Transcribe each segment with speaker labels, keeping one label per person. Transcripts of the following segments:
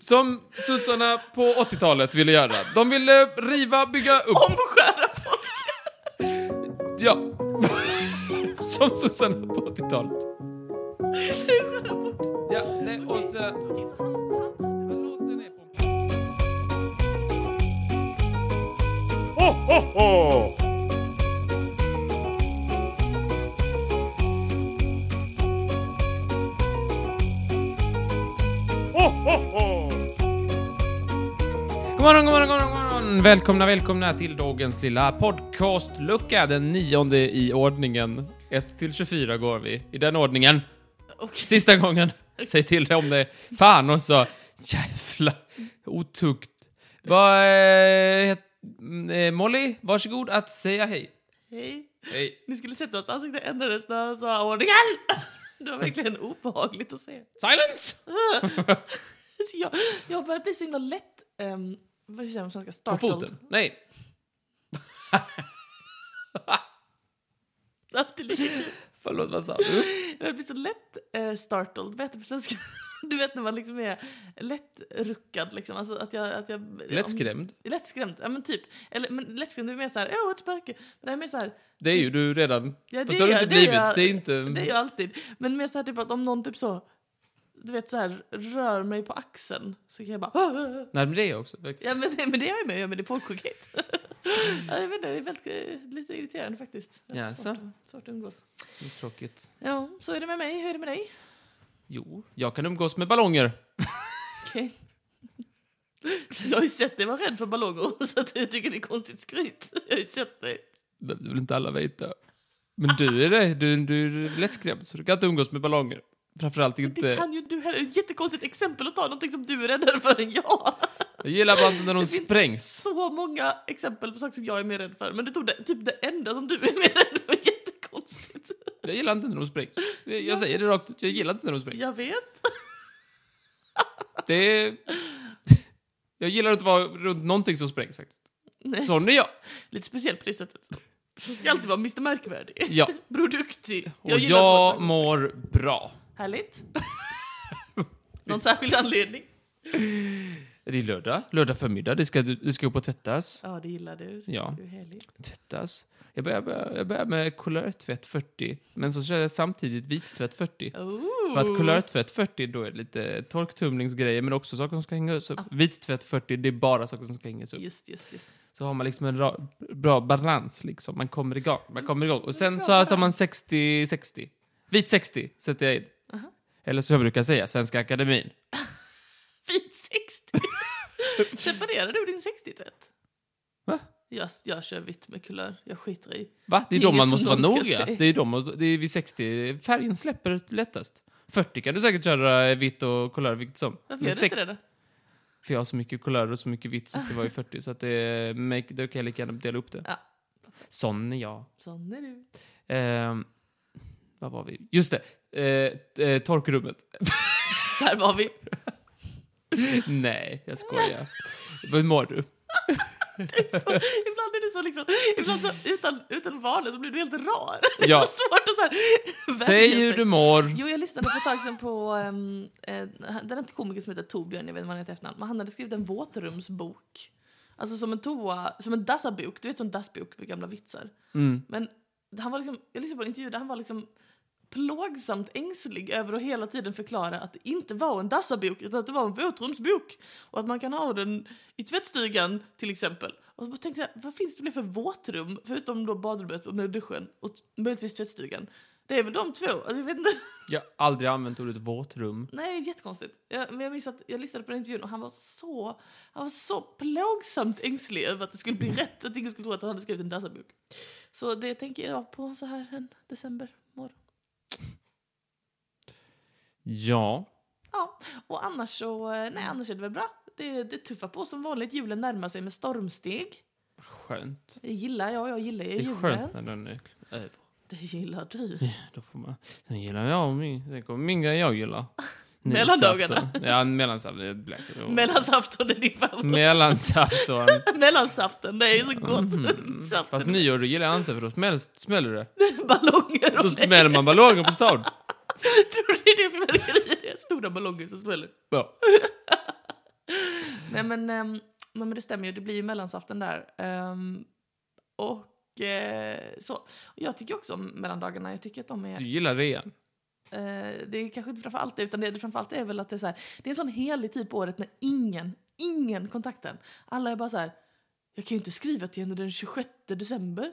Speaker 1: Som sossarna på 80-talet ville göra. De ville riva, bygga upp.
Speaker 2: Omskära folk.
Speaker 1: Ja. Som sossarna på 80-talet.
Speaker 2: Skära bort.
Speaker 1: Ja, nej, och så... God morgon, god morgon, god morgon, god morgon. Välkomna, välkomna till dagens lilla podcastlucka. Den nionde i ordningen. 1 till 24 går vi. I den ordningen.
Speaker 2: Okej.
Speaker 1: Sista gången. Säg till dig om det. Fan också. Jävla otukt. Vad eh, het- eh, Molly, varsågod att säga hej.
Speaker 2: Hej.
Speaker 1: Hej.
Speaker 2: Ni skulle sett hur hans ansikte ändrades när han sa ordningen. Det var verkligen obehagligt att se.
Speaker 1: Silence!
Speaker 2: Så jag, jag börjar bli så himla lätt... Um, vad säger man på svenska?
Speaker 1: På
Speaker 2: Startled.
Speaker 1: foten. Nej.
Speaker 2: Alltid lika kul.
Speaker 1: Förlåt, vad sa du?
Speaker 2: Jag blir så lätt eh, startled, vad heter det på svenska? Du vet när man liksom är lätt ruckad liksom. Alltså att jag... Att jag
Speaker 1: Lätt skrämd.
Speaker 2: Om, lättskrämd, ja men typ. Eller men lättskrämd, det är mer såhär, åh ett spöke. Men det här är mer såhär,
Speaker 1: Det är ju du redan.
Speaker 2: Ja,
Speaker 1: Fast
Speaker 2: det
Speaker 1: det har du
Speaker 2: är-
Speaker 1: inte
Speaker 2: det är
Speaker 1: blivit.
Speaker 2: jag-
Speaker 1: Det är inte...
Speaker 2: det är ju alltid. Men mer såhär typ att om någon typ så, du vet såhär, rör mig på axeln. Så kan jag bara, "Åh, åh, åh."
Speaker 1: Nej, men det är jag också faktiskt.
Speaker 2: Ja men det, men det har jag med att göra, men det är folksjukhet. ja, jag vet inte, det är väldigt, eh, lite irriterande faktiskt. Det är
Speaker 1: Jaså?
Speaker 2: Svårt, att- svårt att umgås.
Speaker 1: Det är Tråkigt.
Speaker 2: Ja, så är det med mig, hur är det med dig?
Speaker 1: Jo, jag kan umgås med ballonger.
Speaker 2: Okej. Jag har ju sett dig vara rädd för ballonger, så att jag tycker det är konstigt skryt. Jag har ju sett dig.
Speaker 1: Det vill inte alla veta. Men du är det. Du, du är lättskrämd, så du kan inte umgås med ballonger. Framförallt
Speaker 2: Det
Speaker 1: inte...
Speaker 2: kan ju du heller. Ett jättekonstigt exempel att ta, någonting som du är räddare för än jag.
Speaker 1: Jag gillar bara inte när de
Speaker 2: det finns
Speaker 1: sprängs.
Speaker 2: så många exempel på saker som jag är mer rädd för, men du tog det, typ det enda som du är mer rädd för. Jättekonstigt.
Speaker 1: Jag gillar inte när de sprängs. Jag jag säger det rakt ut. Jag gillar inte när de sprängs.
Speaker 2: Jag vet.
Speaker 1: Det är... Jag gillar inte att vara runt någonting som sprängs faktiskt.
Speaker 2: Nej.
Speaker 1: Sån är jag.
Speaker 2: Lite speciell på det sättet. Du ska alltid vara Mr Märkvärdig.
Speaker 1: Ja.
Speaker 2: Bror Duktig.
Speaker 1: Och jag,
Speaker 2: gillar att vara tvärtom.
Speaker 1: mår bra.
Speaker 2: Härligt. Någon särskild anledning?
Speaker 1: Det är lördag. Lördag förmiddag. Det ska, det ska upp och tvättas.
Speaker 2: Ja, det gillar du. Det
Speaker 1: Ja.
Speaker 2: Du är härlig.
Speaker 1: Tvättas. Jag börjar, börjar, jag börjar med kolörtvätt 40. Men så kör jag samtidigt vittvätt 40.
Speaker 2: Oh.
Speaker 1: För att kolörtvätt 40, då är det lite torktumlingsgrejer, men också saker som ska hängas upp. Vittvätt 40, det är bara saker som ska hängas upp.
Speaker 2: Just, just, just.
Speaker 1: Så har man liksom en ra- bra balans, liksom. Man kommer igång, man kommer igång. Och sen
Speaker 2: Bra
Speaker 1: så tar man
Speaker 2: balans.
Speaker 1: 60-60. Vit 60 sätter jag in.
Speaker 2: Aha.
Speaker 1: Eller som jag brukar säga, Svenska Akademin.
Speaker 2: Fint 60! Separerar du din 60-tvätt?
Speaker 1: Va?
Speaker 2: Jag, jag kör vitt med kulör. Jag skiter i.
Speaker 1: Va? Det är
Speaker 2: Det är
Speaker 1: då man
Speaker 2: inget
Speaker 1: måste vara
Speaker 2: som någon ska
Speaker 1: noga.
Speaker 2: säga.
Speaker 1: Det är, då man, det är vid 60 färgen släpper lättast. 40 kan du säkert köra vitt och kolör vilket som.
Speaker 2: Varför
Speaker 1: Men
Speaker 2: gör du
Speaker 1: 60
Speaker 2: inte det då?
Speaker 1: För jag har så mycket kolörer och så mycket vitt som det var i 40, så att det make, då kan jag lika gärna dela upp det.
Speaker 2: Ja.
Speaker 1: Sån är jag.
Speaker 2: Sån är du.
Speaker 1: Ehm, vad var vi? Just det! Eh, eh, torkrummet.
Speaker 2: Där var vi.
Speaker 1: Nej, jag skojar. Hur mår du?
Speaker 2: Det är Så, ibland är det så liksom, ibland så utan, utan valet så blir du helt rar. Det är
Speaker 1: Ja.
Speaker 2: så svårt att så här, vänja
Speaker 1: Säg
Speaker 2: sig.
Speaker 1: hur du mår.
Speaker 2: Jo, jag lyssnade för ett tag sedan på um, eh, den här komikern som heter Torbjörn, jag vet inte vad han heter i efternamn, men han hade skrivit en våtrumsbok. Alltså som en toa, som en dassabok, du vet som dassbok med gamla vitsar.
Speaker 1: Mm.
Speaker 2: Men han var liksom, jag lyssnade på en intervju där han var liksom plågsamt ängslig över att hela tiden förklara att det inte var en dassabok utan att det var en våtrumsbok. Och att man kan ha den i tvättstugan till exempel. Och så tänkte jag, vad finns det mer för våtrum förutom då badrummet och med duschen och t- möjligtvis tvättstugan? Det är väl de två? Alltså, jag vet inte.
Speaker 1: Jag har aldrig använt ordet våtrum.
Speaker 2: Nej, jättekonstigt. Jag, men jag minns att jag lyssnade på den intervjun och han var så, han var så plågsamt ängslig över att det skulle
Speaker 1: Mm.
Speaker 2: bli rätt, att ingen skulle tro att han hade skrivit en dassabok. Så det tänker jag på så här en decembermorgon.
Speaker 1: Ja.
Speaker 2: Ja, och annars så, eh, nej annars är det väl bra. Det, det tuffar på som vanligt, julen närmar sig med stormsteg.
Speaker 1: Skönt.
Speaker 2: Det gillar jag, jag gillar ju
Speaker 1: Det är
Speaker 2: julen.
Speaker 1: skönt när den är över.
Speaker 2: Det gillar du.
Speaker 1: Då får man... Sen gillar jag min... Sen kommer min grej jag gillar.
Speaker 2: Mellandagarna.
Speaker 1: Nyårsafton. Ja, mellansaft. eh, black.
Speaker 2: Mellansaftern är din favorit.
Speaker 1: Mellansaftton.
Speaker 2: Mellansaften, det är ju så gott.
Speaker 1: Mm.
Speaker 2: Saften.
Speaker 1: Fast nyår det gillar jag inte för då smäller, smäller det.
Speaker 2: Ballonger
Speaker 1: Då
Speaker 2: och det.
Speaker 1: smäller man ballonger på stan.
Speaker 2: Tror du det är fyrverkerier? Stora ballonger som smäller.
Speaker 1: Ja.
Speaker 2: Nej men, ehm, nej men det stämmer ju, det blir ju mellannsaften där. Ehm, och eh, så. Och Jag tycker också om mellandagarna, jag tycker att de är...
Speaker 1: Du gillar rean.
Speaker 2: Eh, det är kanske inte framförallt det, utan det, det framförallt är väl att det är så här, det är en sån helig tid på året när ingen, ingen kontaktar en. Alla är bara så här, jag kan ju inte skriva till henne den 26 december.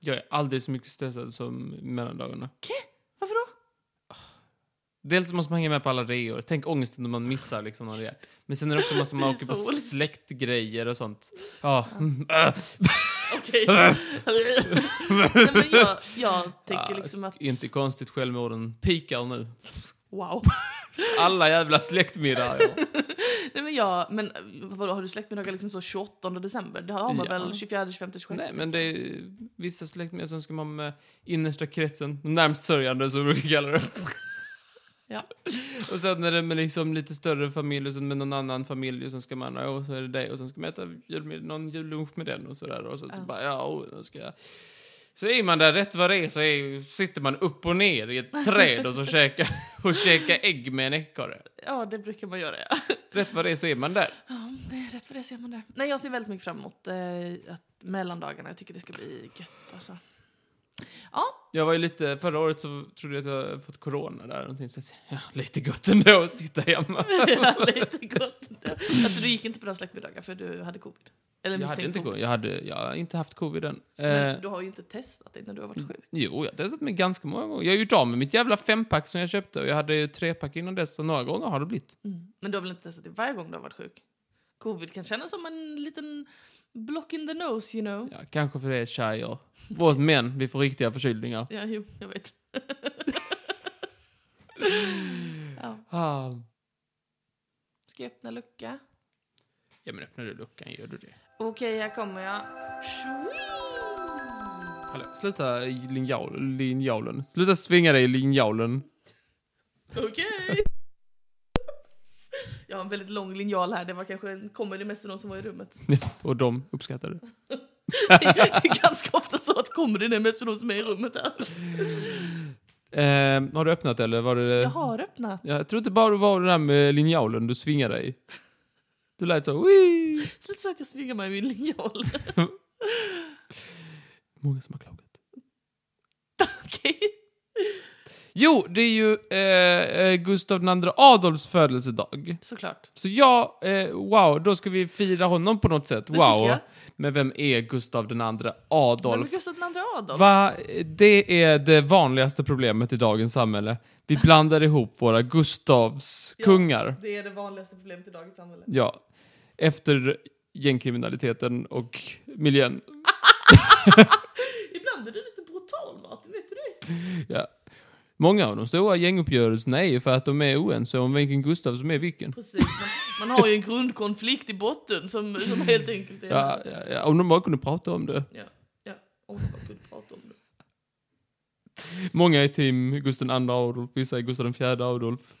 Speaker 1: Jag är aldrig så mycket stressad som mellandagarna.
Speaker 2: Varför då?
Speaker 1: Dels måste man hänga med på alla reor. Tänk ångesten när man missar liksom någon rea. Men sen är det också massa man
Speaker 2: Det är
Speaker 1: åker på
Speaker 2: så olika.
Speaker 1: släktgrejer och sånt. Ja. Äh,
Speaker 2: Okej. Nej, men jag, jag tänker
Speaker 1: Ah,
Speaker 2: liksom att...
Speaker 1: Inte konstigt självmorden pikar nu.
Speaker 2: Wow.
Speaker 1: Alla jävla släktmiddagar.
Speaker 2: Nej, men jag, men eh, vadå, har du släktmiddagar liksom så 28 december? Det har man
Speaker 1: Ja.
Speaker 2: väl 24, 25, 26?
Speaker 1: Nej, men det är vissa släktmiddagar som ska man med innersta kretsen. De närmst sörjande som vi brukar kalla det.
Speaker 2: Ja.
Speaker 1: Och sen när det är med liksom lite större familj och sen med någon annan familj och sen ska man, och så är det det och sen ska man äta julmid- någon jullunch med den och sådär och så, så
Speaker 2: Ja.
Speaker 1: bara, ja, och då ska jag. Så är man där rätt vad det är så är, sitter man upp och ner i ett träd och så käkar och käkar ägg med en ekorre.
Speaker 2: Ja, det brukar man göra ja.
Speaker 1: Rätt vad det är så är man där.
Speaker 2: Ja, det är rätt för det ser man där. Nej, jag ser väldigt mycket fram emot eh, att mellandagarna. Jag tycker det ska bli gött alltså.
Speaker 1: Jag var ju lite, förra året så trodde jag att jag hade fått corona där någonting, så jag, ja, lite gott ändå att sitta hemma.
Speaker 2: Ja, lite gott. Alltså, du gick inte på några släktmiddagar för du hade covid? Eller
Speaker 1: Jag hade
Speaker 2: misstänkt
Speaker 1: inte covid, jag hade, jag har inte haft covid än. Eh, Mm.
Speaker 2: Men du har ju inte testat dig när du har varit sjuk.
Speaker 1: Jo, jag har testat mig ganska många gånger. Jag har gjort av med mitt jävla fempack som jag köpte och jag hade ju trepack innan dess och några gånger har det blivit.
Speaker 2: Mm. Men du har väl inte testat dig varje gång du har varit sjuk? Covid kan kännas som en liten block in the nose, you know.
Speaker 1: Ja, kanske för det är tjejer. Vårt män, vi får riktiga förkylningar.
Speaker 2: Ja, jo, jag vet. ja.
Speaker 1: Ah.
Speaker 2: Ska jag öppna lucka?
Speaker 1: Ja, men öppnar du luckan gör du det.
Speaker 2: Okej, här kommer jag. Shwing!
Speaker 1: Hallå, sluta i linjal, linjalen. Sluta svinga dig i linjalen.
Speaker 2: Okej! Jag har en väldigt lång linjal här, det var kanske en comedy mest för de som var i rummet.
Speaker 1: Och de uppskattar det.
Speaker 2: det är ganska ofta så att comedyn är mest för de som är i rummet här.
Speaker 1: Eh, har du öppnat eller var det...
Speaker 2: Jag har öppnat.
Speaker 1: Ja, Jag tror inte bara det var det där med linjalen du svingade dig. Du lät så... Wii!
Speaker 2: Så lite så att jag svingar mig i min linjal.
Speaker 1: Många som har klagat.
Speaker 2: Okej.
Speaker 1: Jo, det är ju eh, eh, Gustav II Adolfs födelsedag.
Speaker 2: Såklart.
Speaker 1: Så ja, eh, wow, då ska vi fira honom på något sätt.
Speaker 2: tycker
Speaker 1: Wow.
Speaker 2: jag.
Speaker 1: Men vem är Gustav II
Speaker 2: Men
Speaker 1: Adolf?
Speaker 2: Gustav den andra Adolf?
Speaker 1: Va? Det är det vanligaste problemet i dagens samhälle. Vi blandar ihop våra Gustavs
Speaker 2: Ja.
Speaker 1: kungar.
Speaker 2: Det är det vanligaste problemet i dagens samhälle.
Speaker 1: Ja. Efter gängkriminaliteten och miljön.
Speaker 2: Ibland är du lite brutal Martin, vet du det?
Speaker 1: Ja. Många av de stora gänguppgörelserna är ju för att de är oense om vilken Gustav som är vilken.
Speaker 2: Precis, man, man har ju en grundkonflikt i botten som, som helt enkelt är...
Speaker 1: Ja, ja, ja, om de bara kunde prata om det.
Speaker 2: Ja. ja. Om man kunde prata om det.
Speaker 1: Många är team Gustav II Adolf, vissa är Gustav IV Adolf.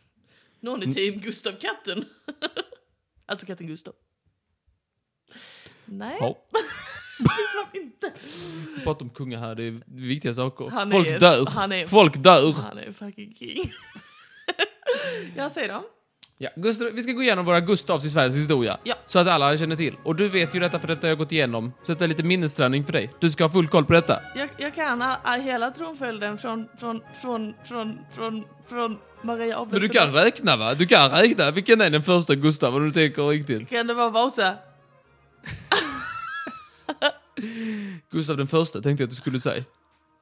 Speaker 2: Någon
Speaker 1: Mm.
Speaker 2: i team Gustav katten. alltså katten Gustav. Nej,
Speaker 1: Ja,
Speaker 2: inte.
Speaker 1: prata om kungar här, det är viktiga saker.
Speaker 2: Han
Speaker 1: Folk
Speaker 2: är-
Speaker 1: dör.
Speaker 2: han är-
Speaker 1: Folk dör.
Speaker 2: Han är fucking king. jag säger dem.
Speaker 1: Ja, Gustav, vi ska gå igenom våra Gustavs i Sveriges historia.
Speaker 2: Ja.
Speaker 1: Så att alla känner till. Och du vet ju detta för detta har jag gått igenom. Så detta är lite minnesträning för dig. Du ska ha full koll på detta.
Speaker 2: Jag, jag kan ha, ha hela tronföljden från, från, från, från, från, från Maria
Speaker 1: Men du
Speaker 2: Avlöfsson.
Speaker 1: kan räkna va? Du kan räkna. Vilken är den första Gustav om du tänker riktigt?
Speaker 2: Kan det vara Vasa?
Speaker 1: Gustav den första tänkte jag att du skulle säga.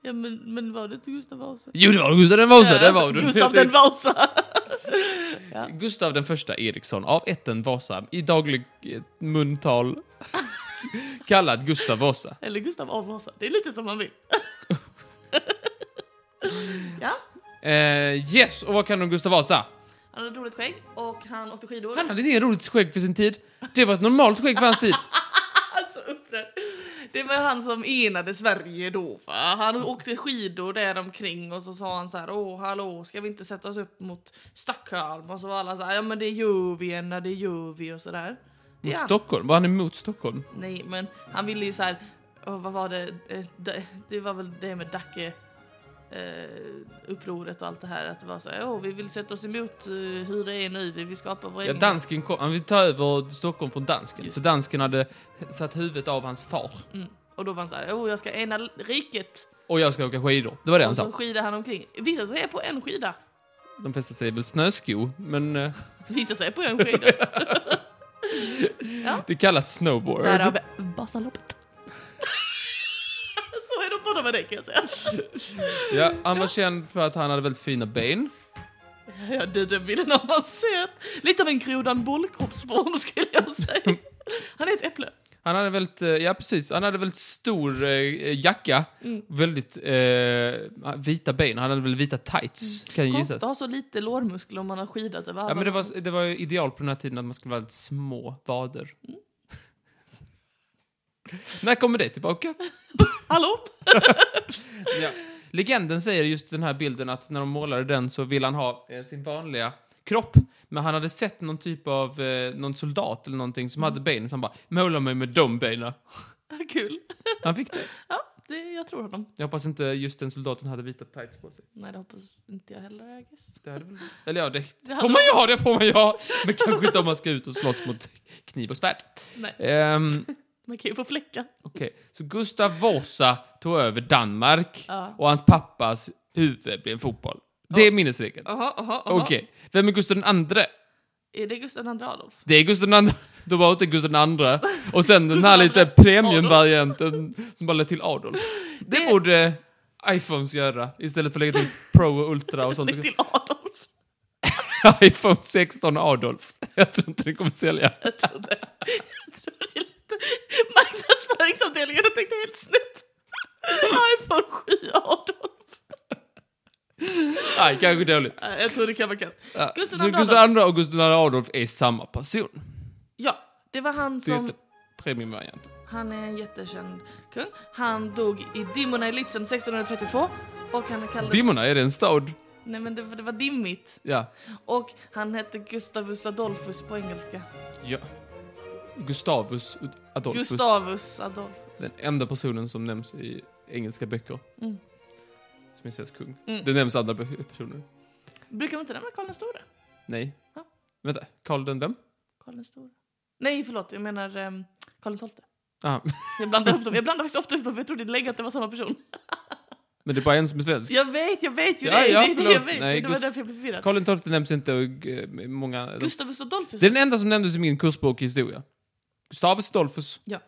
Speaker 2: Ja, men, men var det inte Gustav Vasa?
Speaker 1: Jo, det var Gustav den Vasa, det var du.
Speaker 2: Eh, Gustav den Vasa! ja.
Speaker 1: Gustav den första Eriksson av ätten Vasa, i daglig eh, muntal kallad Gustav Vasa.
Speaker 2: Eller Gustav av Vasa. Det är lite som man vill. ja.
Speaker 1: Eh, yes, och vad kan du om Gustav Vasa?
Speaker 2: Han hade ett roligt skägg och han åkte skidor.
Speaker 1: Han hade inget roligt skägg för sin tid. Det var ett normalt skägg för hans tid.
Speaker 2: Alltså upprörd. Det var han som enade Sverige då va? Han åkte skidor där omkring och så sa han så här åh hallå ska vi inte sätta oss upp mot Stockholm? Och så var alla så här ja men det gör vi Anna det gör vi och sådär. Det är
Speaker 1: Mot
Speaker 2: han.
Speaker 1: Stockholm? Var han emot Stockholm?
Speaker 2: Nej men han ville ju så här åh, vad var det? Eh, Det, det var väl det med Dacke. eh, upproret och allt det här. Att det var så här, åh vi vill sätta oss emot eh, hur det är nu, vi vill skapa vår
Speaker 1: Ja,
Speaker 2: egen...
Speaker 1: dansken kom, han ville ta över Stockholm från dansken.
Speaker 2: Just
Speaker 1: Så dansken hade satt huvudet av hans far.
Speaker 2: Mm. Och då var han så här, åh jag ska ena riket.
Speaker 1: Och jag ska åka skidor. Det var det han
Speaker 2: Och så
Speaker 1: sa.
Speaker 2: skidar han omkring. Vissa säger på en skida.
Speaker 1: De flesta säger väl snösko, men eh,
Speaker 2: Vissa säger på en skida.
Speaker 1: det kallas snowboard.
Speaker 2: Därav Vasaloppet. så är de båda med det kan jag säga.
Speaker 1: Ja, han var känd för att han hade väldigt fina ben.
Speaker 2: Ja, du, den bilden har man sett. Lite av en grodan bollkroppsform skulle jag säga. Han är ett äpple.
Speaker 1: Han hade väldigt, eh, ja precis, han hade väldigt stor eh, jacka. Väldigt eh, vita ben. Han hade väl vita tights, kan jag gissa.
Speaker 2: Konstigt att ha så lite lårmuskler om man har skidat över
Speaker 1: Ja, men det
Speaker 2: armarna.
Speaker 1: var, det var ju ideal på den här tiden att man skulle vara väldigt små vader. När kommer det tillbaka?
Speaker 2: Hallå?
Speaker 1: Ja. Legenden säger just den här bilden att när de målade den så ville han ha eh, sin vanliga kropp. Men han hade sett någon typ av eh, någon soldat eller någonting som hade ben. Så han bara, måla mig med de benen.
Speaker 2: Kul.
Speaker 1: Han fick det.
Speaker 2: Ja, det, jag tror honom.
Speaker 1: Jag hoppas inte just den soldaten hade vita tights på sig.
Speaker 2: Nej, det hoppas inte jag heller, I guess.
Speaker 1: Det hade väl... Eller ja, det
Speaker 2: Det
Speaker 1: får
Speaker 2: hade
Speaker 1: man ju ha, det får man ju ha. Men kanske inte om man ska ut och slåss mot kniv och svärd.
Speaker 2: Nej.
Speaker 1: Ehm,
Speaker 2: Man kan ju få fläckar.
Speaker 1: Okej, så Gustav Vasa tog över Danmark
Speaker 2: Ja.
Speaker 1: och hans pappas huvud blev en fotboll. Det är minnesregeln.
Speaker 2: Aha, aha, aha.
Speaker 1: Okej, vem är Gustav den andre?
Speaker 2: Är det Gustav II Adolf?
Speaker 1: Det är Gustav den andre. Då var det Gustav den andre. Och sen den här
Speaker 2: Gustav
Speaker 1: lite
Speaker 2: den-
Speaker 1: premiumvarianten som bara lade till Adolf. Det,
Speaker 2: Det-
Speaker 1: borde iPhones göra istället för att lägga till Pro och Ultra och sånt.
Speaker 2: Lägg till Adolf.
Speaker 1: iPhone 16 Adolf. Jag tror inte det kommer sälja.
Speaker 2: Jag tror det. Jag tror det är lite... Marknadsföringsavdelningen har tänkt helt snett. iPhone 7 Adolf.
Speaker 1: Nej, kanske dåligt.
Speaker 2: Nej, Jag tror det kan vara kast.
Speaker 1: Ja.
Speaker 2: Gustav
Speaker 1: Så
Speaker 2: den
Speaker 1: Gustav den andre och Gustav den Adolf är samma person.
Speaker 2: Ja, det var han
Speaker 1: Det
Speaker 2: som...
Speaker 1: heter premiumvariant.
Speaker 2: Han är en jättekänd kung. Han dog i dimmorna i Lützen 1632. Och han kallades...
Speaker 1: Dimmorna, är det en stad?
Speaker 2: Nej men det, var- det var dimmigt.
Speaker 1: Ja.
Speaker 2: Och han hette Gustavus Adolphus på engelska.
Speaker 1: ja. Gustavus Adolphus.
Speaker 2: Gustavus Adolf.
Speaker 1: Den enda personen som nämns i engelska böcker.
Speaker 2: Mm.
Speaker 1: Som är svensk kung.
Speaker 2: Mm.
Speaker 1: Det nämns andra be- personer.
Speaker 2: Brukar man inte nämna Karl den store?
Speaker 1: Nej.
Speaker 2: Ja.
Speaker 1: Vänta, Karl den vem?
Speaker 2: Karl den store. Nej förlåt, jag menar um, Karl XII.
Speaker 1: Aha.
Speaker 2: Jag blandar ihop dem. Jag blandar faktiskt ofta ihop dem för jag trodde länge att det var samma person.
Speaker 1: Men det är bara en som är svensk.
Speaker 2: Jag vet, jag vet ju
Speaker 1: Ja,
Speaker 2: det.
Speaker 1: ja,
Speaker 2: det är det jag
Speaker 1: förlåt.
Speaker 2: vet.
Speaker 1: Nej,
Speaker 2: det var
Speaker 1: Gust-
Speaker 2: därför jag blev förvirrad.
Speaker 1: Karl XII nämns inte och eh, många... De,
Speaker 2: Gustavus Adolphus.
Speaker 1: det är den enda som nämndes i min kursbok i historia. Gustavus Adolphus.
Speaker 2: Ja.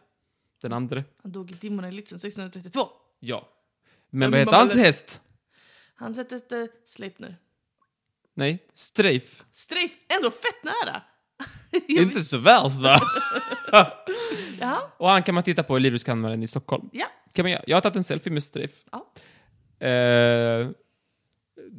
Speaker 1: Den andre.
Speaker 2: Han dog i dimmorna i Lützen 1632.
Speaker 1: Ja.
Speaker 2: Men
Speaker 1: Men vad heter
Speaker 2: man
Speaker 1: hans
Speaker 2: väl-
Speaker 1: häst?
Speaker 2: Han hette eh, Sleipner.
Speaker 1: Nej, Streif.
Speaker 2: Streif, ändå fett nära! Jag
Speaker 1: Inte så värst va?
Speaker 2: vet- Ja,
Speaker 1: Och han kan man titta på i Livrustkammaren i Stockholm.
Speaker 2: ja.
Speaker 1: Kan man göra. Jag har tagit en selfie med Streif.
Speaker 2: ja.
Speaker 1: Eh,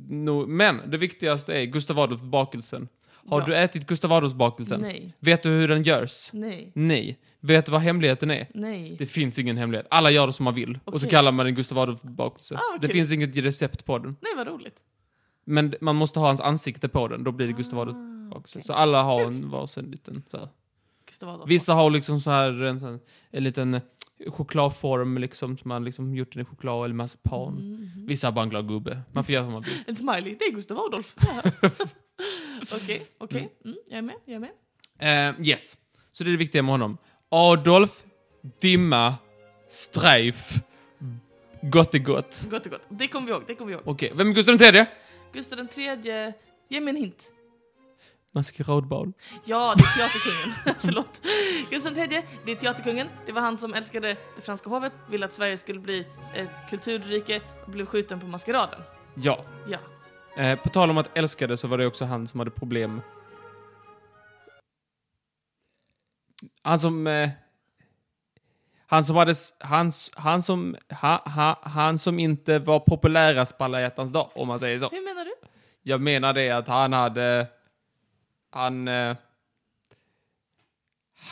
Speaker 1: no, men det viktigaste är Gustav Adolf-bakelsen. Har
Speaker 2: Ja.
Speaker 1: du ätit Gustav Adolf-bakelsen?
Speaker 2: Nej,
Speaker 1: Vet du hur den görs?
Speaker 2: nej,
Speaker 1: Nej. Vet du vad hemligheten är?
Speaker 2: nej.
Speaker 1: Det finns ingen hemlighet. Alla gör det som man vill. Och så
Speaker 2: Okej.
Speaker 1: kallar man den Gustav Adolf-bakelse.
Speaker 2: Ah, vad
Speaker 1: det
Speaker 2: kul.
Speaker 1: finns inget recept på den.
Speaker 2: Nej, vad roligt.
Speaker 1: Men man måste ha hans ansikte på den, då blir det Gustav
Speaker 2: Ah,
Speaker 1: Adolf-bakelse. Så alla har en varsin liten så här.
Speaker 2: Gustav Adolf.
Speaker 1: Vissa har liksom så här en, sån, en liten eh, chokladform liksom, som man liksom gjort den i choklad eller marsipan.
Speaker 2: Mm.
Speaker 1: Vissa har bara en glad gubbe. Man får göra som man vill.
Speaker 2: Mhm. En smiley, det är Gustav Adolf. Okej, okej. Mm, jag är med, jag är med.
Speaker 1: Eh, yes. Så det är det viktiga med honom. Adolf, dimma, Streif, gott är gott.
Speaker 2: Gott och gott. Det kommer vi ihåg, det kommer vi ihåg.
Speaker 1: Okej, vem är Gustav den tredje?
Speaker 2: Gustav den tredje, ge mig en hint.
Speaker 1: Maskeradbarn.
Speaker 2: Ja, det är teaterkungen. Förlåt. Gustav den tredje, det är teaterkungen. Det var han som älskade det franska hovet, ville att Sverige skulle bli ett kulturrike och blev skjuten på maskeraden.
Speaker 1: Ja.
Speaker 2: Ja.
Speaker 1: Eh, på tal om att älska det så var det också han som hade problem. Han som... Eh, han som hade... s- Han, s- han som... Ha, ha, han som inte var populärast på alla hjärtans dag, om man säger så.
Speaker 2: Hur menar du?
Speaker 1: Jag menar det att han hade... Han... eh,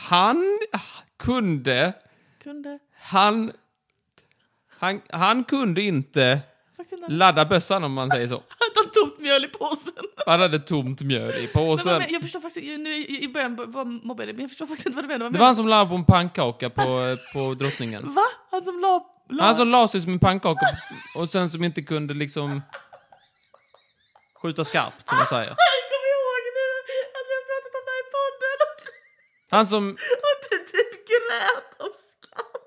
Speaker 1: Han kunde...
Speaker 2: Kunde...
Speaker 1: Han... Han, han kunde inte
Speaker 2: Vad kunde han
Speaker 1: ladda bössan om man säger så.
Speaker 2: Att han tomt mjöl i påsen.
Speaker 1: Han hade tomt mjöl i
Speaker 2: Men vad
Speaker 1: påsen.
Speaker 2: men, jag förstår faktiskt, jag- nu i i början var mobbade men jag förstår faktiskt inte vad du menar. Vad
Speaker 1: Det var
Speaker 2: menar
Speaker 1: han som la på en pannkaka på, på drottningen.
Speaker 2: du? Va? Han som la la-
Speaker 1: Han som la sig som en pannkaka och, och sen som inte kunde liksom skjuta skarpt, som man säger.
Speaker 2: Jag kommer ihåg nu att vi har pratat om det här i podden
Speaker 1: Han som...
Speaker 2: och du typ grät av skam.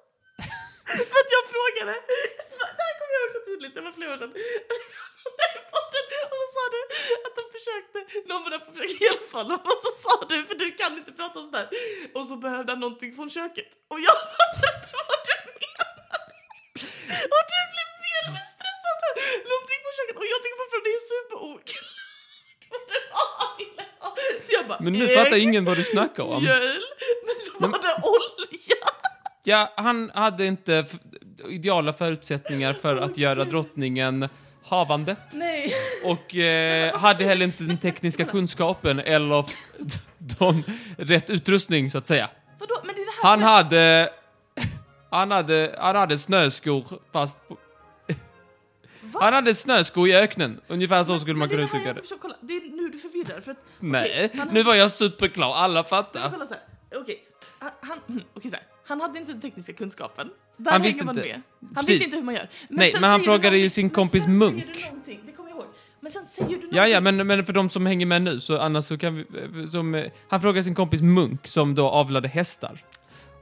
Speaker 2: För att jag frågade, det här kommer jag också tydligt, det var flera år sedan. Om det här i podden, Och så sa du att de försökte, någon började försöka hjälpa honom och så sa du, för du kan inte prata sådär. Och så behövde han någonting från köket och jag fattade inte vad du menade. Och du blev mer och mer stressad. så här, Någonting från köket och jag tycker fortfarande det är superoklart vad det var han ville ha. Så jag bara,
Speaker 1: Men nu fattar
Speaker 2: ägg
Speaker 1: ingen vad du snackar om.
Speaker 2: mjöl, men så var det olja.
Speaker 1: Ja, han hade inte f- ideala förutsättningar för att göra drottningen havande
Speaker 2: Nej.
Speaker 1: och eh, hade heller inte den tekniska kunskapen eller de, rätt utrustning så att säga.
Speaker 2: Vadå? Men det är det här
Speaker 1: Han
Speaker 2: som är-
Speaker 1: hade... Han hade, han hade snöskor fast... på-
Speaker 2: Va?
Speaker 1: Han hade snöskor i öknen, ungefär så skulle man
Speaker 2: Men
Speaker 1: kunna
Speaker 2: det. är
Speaker 1: uttrycka
Speaker 2: det här jag
Speaker 1: det.
Speaker 2: försöker kolla. Det är nu du förvirrar. För att,
Speaker 1: Nej,
Speaker 2: okej, han
Speaker 1: nu var jag superklar, alla
Speaker 2: hade,
Speaker 1: fattar.
Speaker 2: kolla så här. Okej, han, han, mm, okej, så här. han hade inte den tekniska kunskapen. Där
Speaker 1: Han
Speaker 2: han
Speaker 1: visste
Speaker 2: visste man
Speaker 1: inte.
Speaker 2: med. Han
Speaker 1: Precis.
Speaker 2: visste inte hur man gör. Men
Speaker 1: Nej,
Speaker 2: sen
Speaker 1: men han
Speaker 2: säger du
Speaker 1: frågade ju
Speaker 2: någonting-
Speaker 1: sin
Speaker 2: men
Speaker 1: kompis
Speaker 2: sen säger
Speaker 1: Munk.
Speaker 2: du någonting, Det kommer jag ihåg. Men sen säger du någonting.
Speaker 1: Ja, ja, men, men för de som hänger med nu så annars så kan vi... Som, eh, han frågade sin kompis Munk som då avlade hästar.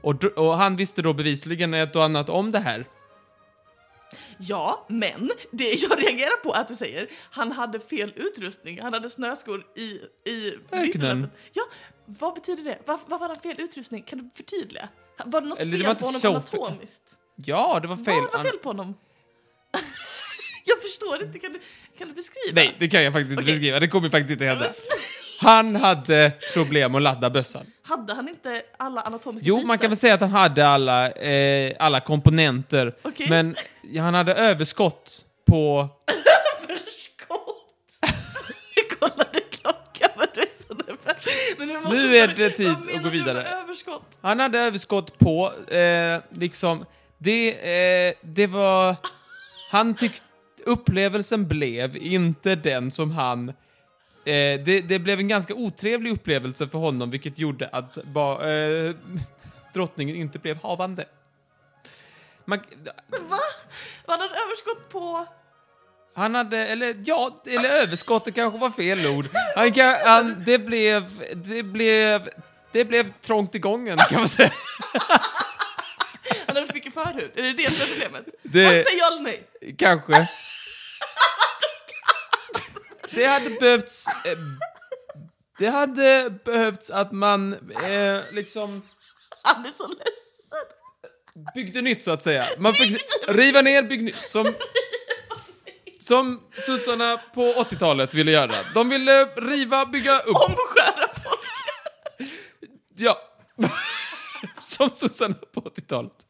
Speaker 1: Och, dr- och han visste då bevisligen ett och annat om det här.
Speaker 2: Ja, men det jag reagerar på är att du säger han hade fel utrustning. Han hade snöskor i, i vinterlabbet. Ja, vad betyder det? Varför, varför hade han fel utrustning? Kan du förtydliga? Var det något
Speaker 1: Eller det
Speaker 2: fel
Speaker 1: var
Speaker 2: på
Speaker 1: inte
Speaker 2: honom
Speaker 1: så fel.
Speaker 2: anatomiskt?
Speaker 1: Ja, det var
Speaker 2: Vad
Speaker 1: fel.
Speaker 2: var fel på honom? jag förstår inte. Kan du, kan du beskriva?
Speaker 1: Nej, det kan jag faktiskt inte
Speaker 2: Okej.
Speaker 1: beskriva. Det kommer faktiskt inte hända.
Speaker 2: Men snälla,
Speaker 1: Han hade problem att ladda bössan.
Speaker 2: Hade han inte alla anatomiska
Speaker 1: Jo,
Speaker 2: bitar?
Speaker 1: man kan väl säga att han hade alla, eh, alla komponenter.
Speaker 2: Okej.
Speaker 1: Men han hade överskott på...
Speaker 2: Överskott! Jag kollade klockan, men du är så nervös. Men nu, måste
Speaker 1: Nu
Speaker 2: vi-
Speaker 1: är det tid
Speaker 2: vad
Speaker 1: att
Speaker 2: menar
Speaker 1: gå
Speaker 2: du med
Speaker 1: vidare.
Speaker 2: Överskott?
Speaker 1: Han hade överskott på, eh, liksom... Det, eh, det var... Han tyckte... Upplevelsen blev inte den som han... Eh, det, det blev en ganska otrevlig upplevelse för honom, vilket gjorde att ba, eh, drottningen inte blev havande. Man,
Speaker 2: Va? Vad hade han överskott på?
Speaker 1: Han hade, eller ja, eller överskott, det kanske var fel ord. Han kan, han, det blev, det blev, det blev trångt i gången kan man säga.
Speaker 2: Han hade för mycket förhud. Är det det som är problemet?
Speaker 1: Det-
Speaker 2: Han säger ja eller nej.
Speaker 1: Kanske. Det hade behövts, eh, det hade behövts att man eh, liksom
Speaker 2: Han är så ledsen.
Speaker 1: byggde nytt så att säga. Man fick riva ner, bygg nytt. Som, som sossarna på 80-talet ville göra. De ville riva, bygga upp.
Speaker 2: Omskära folk.
Speaker 1: Ja. Som sossarna på 80-talet.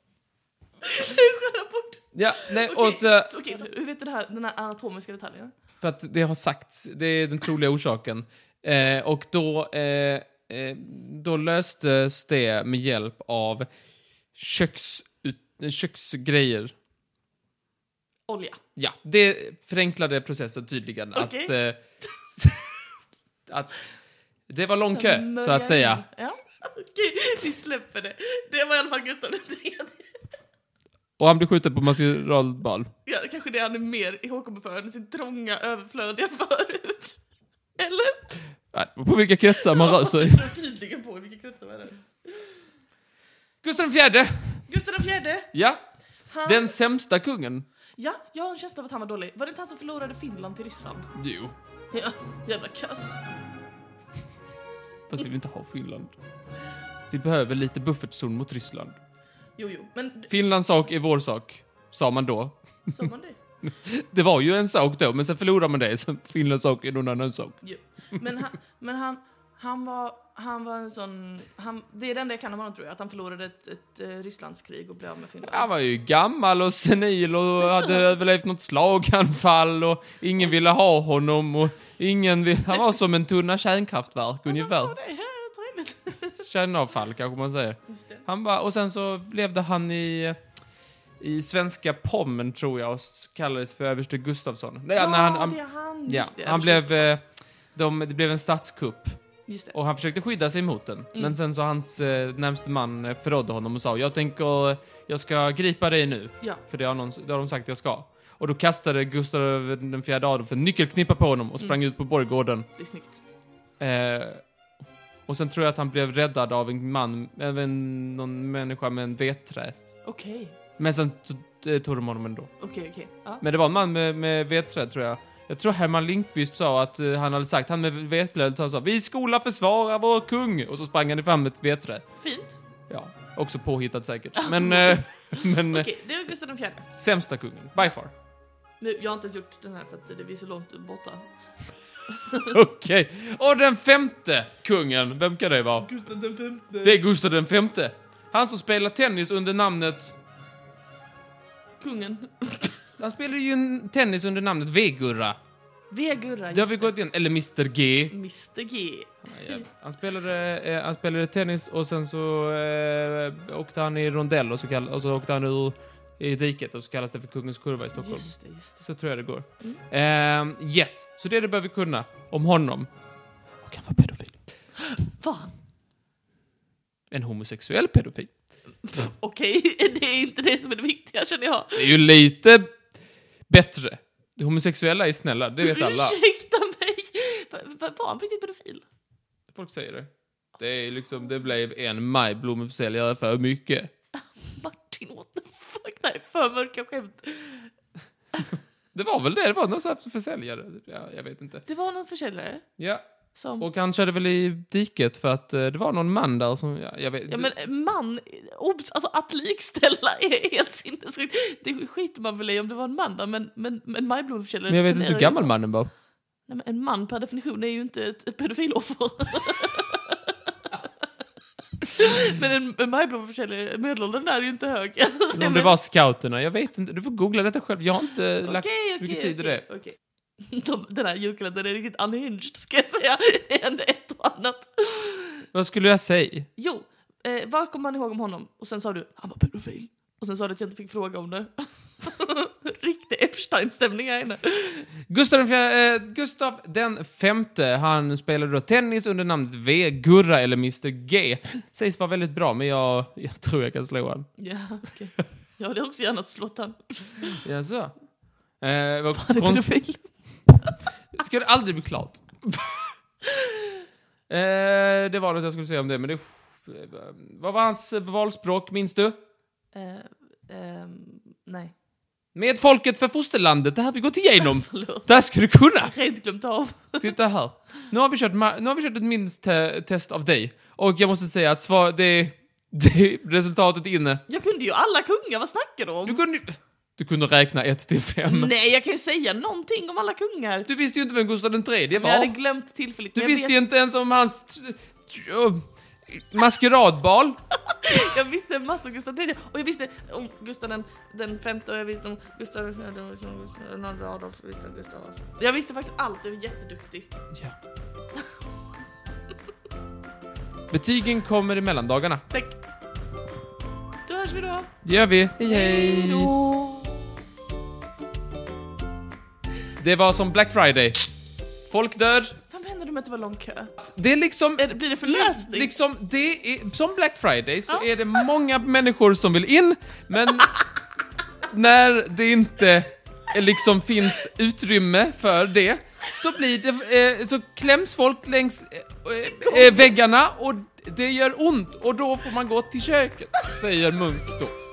Speaker 2: Skära bort.
Speaker 1: Ja, nej,
Speaker 2: Okej,
Speaker 1: och så,
Speaker 2: så- okej, så hur vet du det här, den här anatomiska detaljen?
Speaker 1: för att det har sagts, det är den troliga orsaken. Eh, och då, eh, eh, då löstes det med hjälp av köks, ut, eh, köksgrejer.
Speaker 2: Olja.
Speaker 1: Ja, det förenklade processen tydligen. Att,
Speaker 2: Okej.
Speaker 1: eh, att det var lång kö, så att säga.
Speaker 2: Ja, okej, vi släpper det. Det var i alla fall Gustav den tredje.
Speaker 1: Och han blev skjuten på maskeradbal.
Speaker 2: Ja, kanske det han är mer ihågkommen för än sin trånga, överflödiga förut. Eller?
Speaker 1: Nej, På vilka kretsar man rör sig.
Speaker 2: Det beror tydligen på i vilka kretsar man är.
Speaker 1: Gustav den fjärde!
Speaker 2: Gustav den fjärde.
Speaker 1: Ja,
Speaker 2: Han...
Speaker 1: den sämsta kungen.
Speaker 2: Ja, jag har en känsla av att han var dålig. Var det inte han som förlorade Finland till Ryssland?
Speaker 1: Jo.
Speaker 2: Ja, jävla kass.
Speaker 1: Fast vi vill inte ha Finland. Vi behöver lite buffertzon mot Ryssland.
Speaker 2: Jo, jo, men d-
Speaker 1: Finlands sak är vår sak, sa man då.
Speaker 2: sa man det?
Speaker 1: Det var ju en sak då, men sen förlorade man det. Så Finlands sak är någon annan sak.
Speaker 2: Jo. Men han, men han, han var, han var en sån, han, det är det enda jag kan om honom tror jag, att han förlorade ett, ett eh, Rysslandskrig och blev av med Finland.
Speaker 1: Han var ju gammal och senil och hade överlevt något slaganfall och ingen ville ha honom och ingen vill... Han var som en tunna kärnkraftverk
Speaker 2: Ja,
Speaker 1: ungefär.
Speaker 2: det är trevligt.
Speaker 1: Kärnavfall kanske man säger.
Speaker 2: Just det.
Speaker 1: Han bara, och sen så levde han i, i svenska pommen tror jag och kallades för överste Gustafsson. Nej,
Speaker 2: Ja,
Speaker 1: när han, han,
Speaker 2: det är han.
Speaker 1: ja,
Speaker 2: just det,
Speaker 1: han eh,
Speaker 2: det känns
Speaker 1: blev, eh, de, det blev en statskupp
Speaker 2: Just det.
Speaker 1: Och han försökte skydda sig mot den.
Speaker 2: Mm.
Speaker 1: Men sen så hans eh, närmste man eh, förrådde honom och sa jag tänker, eh, jag ska gripa dig nu.
Speaker 2: Ja.
Speaker 1: För det har, någon, det har de sagt jag ska. Och då kastade Gustav den fjärde Adolf en nyckelknippa på honom och
Speaker 2: Mm.
Speaker 1: sprang ut på borggården.
Speaker 2: Det är snyggt.
Speaker 1: Eh, och sen tror jag att han blev räddad av en man, även någon människa med en vedträ.
Speaker 2: Okej,
Speaker 1: Men sen t- eh, tog de honom ändå.
Speaker 2: okej, okej. Ja.
Speaker 1: Men det var en man med, med vedträd tror jag. Jag tror Herman Lindqvist sa att eh, han hade sagt, han med vetlöv, han sa vi skola försvara vår kung och så sprang han fram med ett vedträd.
Speaker 2: Fint.
Speaker 1: Ja, också påhittat säkert. Men, eh, men eh,
Speaker 2: Okej, det är Gustav den fjärde.
Speaker 1: sämsta kungen, by far.
Speaker 2: Nu, jag har inte ens gjort den här för att det vi är så långt borta.
Speaker 1: Okej. Och den femte kungen, vem kan det vara?
Speaker 2: Gustav den femte.
Speaker 1: Det är Gustav den femte. Han som spelar tennis under namnet...
Speaker 2: Kungen.
Speaker 1: Han spelar ju en tennis under namnet V-Gurra.
Speaker 2: Vegurra,
Speaker 1: Det har vi gått igen. Eller Mr G.
Speaker 2: Mr G.
Speaker 1: Han spelade, eh, han spelade tennis och sen så eh, åkte han i rondell och så, kall- och så åkte han ur i diket och så kallas det för Kungens Kurva i Stockholm.
Speaker 2: Just det, just det.
Speaker 1: Så tror jag det går. Ehm, yes, så det är det behöver vi kunna om honom. Och han var pedofil.
Speaker 2: Fan.
Speaker 1: En homosexuell pedofil.
Speaker 2: Okej, det är inte det som är det viktiga känner jag.
Speaker 1: Det är ju lite bättre. De homosexuella är snälla, det vet alla.
Speaker 2: Ursäkta mig. Va- va- Var han på riktigt pedofil?
Speaker 1: Folk säger det. Det är liksom, det blev en majblommeförsäljare för mycket.
Speaker 2: Martin, what the fuck? Det här är för mörka skämt.
Speaker 1: Det var väl det, det var någon sån här försäljare. Ja, jag vet inte.
Speaker 2: Det var någon försäljare
Speaker 1: Ja,
Speaker 2: som...
Speaker 1: Och han körde väl i diket för att eh, det var någon man där som, ja, jag vet
Speaker 2: Ja men eh, man, obs, alltså att likställa är helt sinnessjukt. Det skiter man väl i om det var en man där, men, men, men majblomförsäljare...
Speaker 1: men jag vet inte hur
Speaker 2: tenderar ju-
Speaker 1: gammal mannen var.
Speaker 2: Nej, men en man per definition är ju inte ett, ett pedofiloffer. men en, en majblomförsäljare, medelåldern där är ju inte hög. Alltså,
Speaker 1: Men om det
Speaker 2: men-
Speaker 1: var scouterna, jag vet inte, du får googla detta själv, jag har inte lagt
Speaker 2: Okej,
Speaker 1: så mycket
Speaker 2: okej,
Speaker 1: tid i det.
Speaker 2: okej, okej. De, den här julkalendern är riktigt unhinged ska jag säga. Det händer ett och annat.
Speaker 1: Vad skulle jag säga?
Speaker 2: Jo, eh, vad kommer man ihåg om honom? Och sen sa du, han var pedofil. Och sen sa du att jag inte fick fråga om det. Riktig Epstein-stämning här inne.
Speaker 1: Gustav den, fjärde, eh, Gustav den femte, han spelade då tennis under namnet V, Gurra eller Mr G. Sägs vara väldigt bra, men jag, jag tror jag kan slå han.
Speaker 2: Ja, okej. Jag hade också gärna slått han.
Speaker 1: Jaså? Eh, vad
Speaker 2: Han är
Speaker 1: konst-
Speaker 2: pedofil.
Speaker 1: Ska det aldrig bli klart? eh, det var något jag skulle säga om det, men det... Vad var hans valspråk, minns du?
Speaker 2: Eh, ehm, nej,
Speaker 1: Med folket för fosterlandet, det här har vi gått igenom.
Speaker 2: förlåt.
Speaker 1: Det här ska du kunna!
Speaker 2: Rent glömt av.
Speaker 1: Titta här. Nu har vi kört, ma- nu har vi kört ett minst-test av dig. Och jag måste säga att svar, det, det, resultatet är inne.
Speaker 2: Jag kunde ju alla kungar, vad snackar du om?
Speaker 1: Du kunde, du kunde räkna 1 till 5.
Speaker 2: Nej, jag kan ju säga någonting om alla kungar.
Speaker 1: Du visste ju inte vem Gustav den tredje
Speaker 2: Men jag hade
Speaker 1: var.
Speaker 2: glömt tillfälligt.
Speaker 1: Du
Speaker 2: men jag
Speaker 1: visste ju inte ens om hans... t- t- ö, Maskeradbal.
Speaker 2: Jag visste en massa om Gustav III och jag visste om Gustav den, den femte och jag visste om Gustav den fjärde och jag visste om Gustav den andra Adolf och jag visste om Gustav Vasa. Jag visste faktiskt allt, jag var jätteduktig.
Speaker 1: Ja. Betygen kommer i mellandagarna.
Speaker 2: Tack! Då hörs vi då!
Speaker 1: Det gör vi. Hej,
Speaker 2: Hej
Speaker 1: hej!
Speaker 2: då.
Speaker 1: Det var som Black Friday. Folk dör.
Speaker 2: Vad menar du med att det var lång kö?
Speaker 1: Det är liksom...
Speaker 2: Är det- Blir det förlösning?
Speaker 1: Liksom, det är, som Black Friday så
Speaker 2: Ja.
Speaker 1: är det många människor som vill in, men när det inte eh, liksom finns utrymme för det så blir det, eh, så kläms folk längs eh, eh, väggarna och det gör ont och då får man gå till köket, säger Munk då.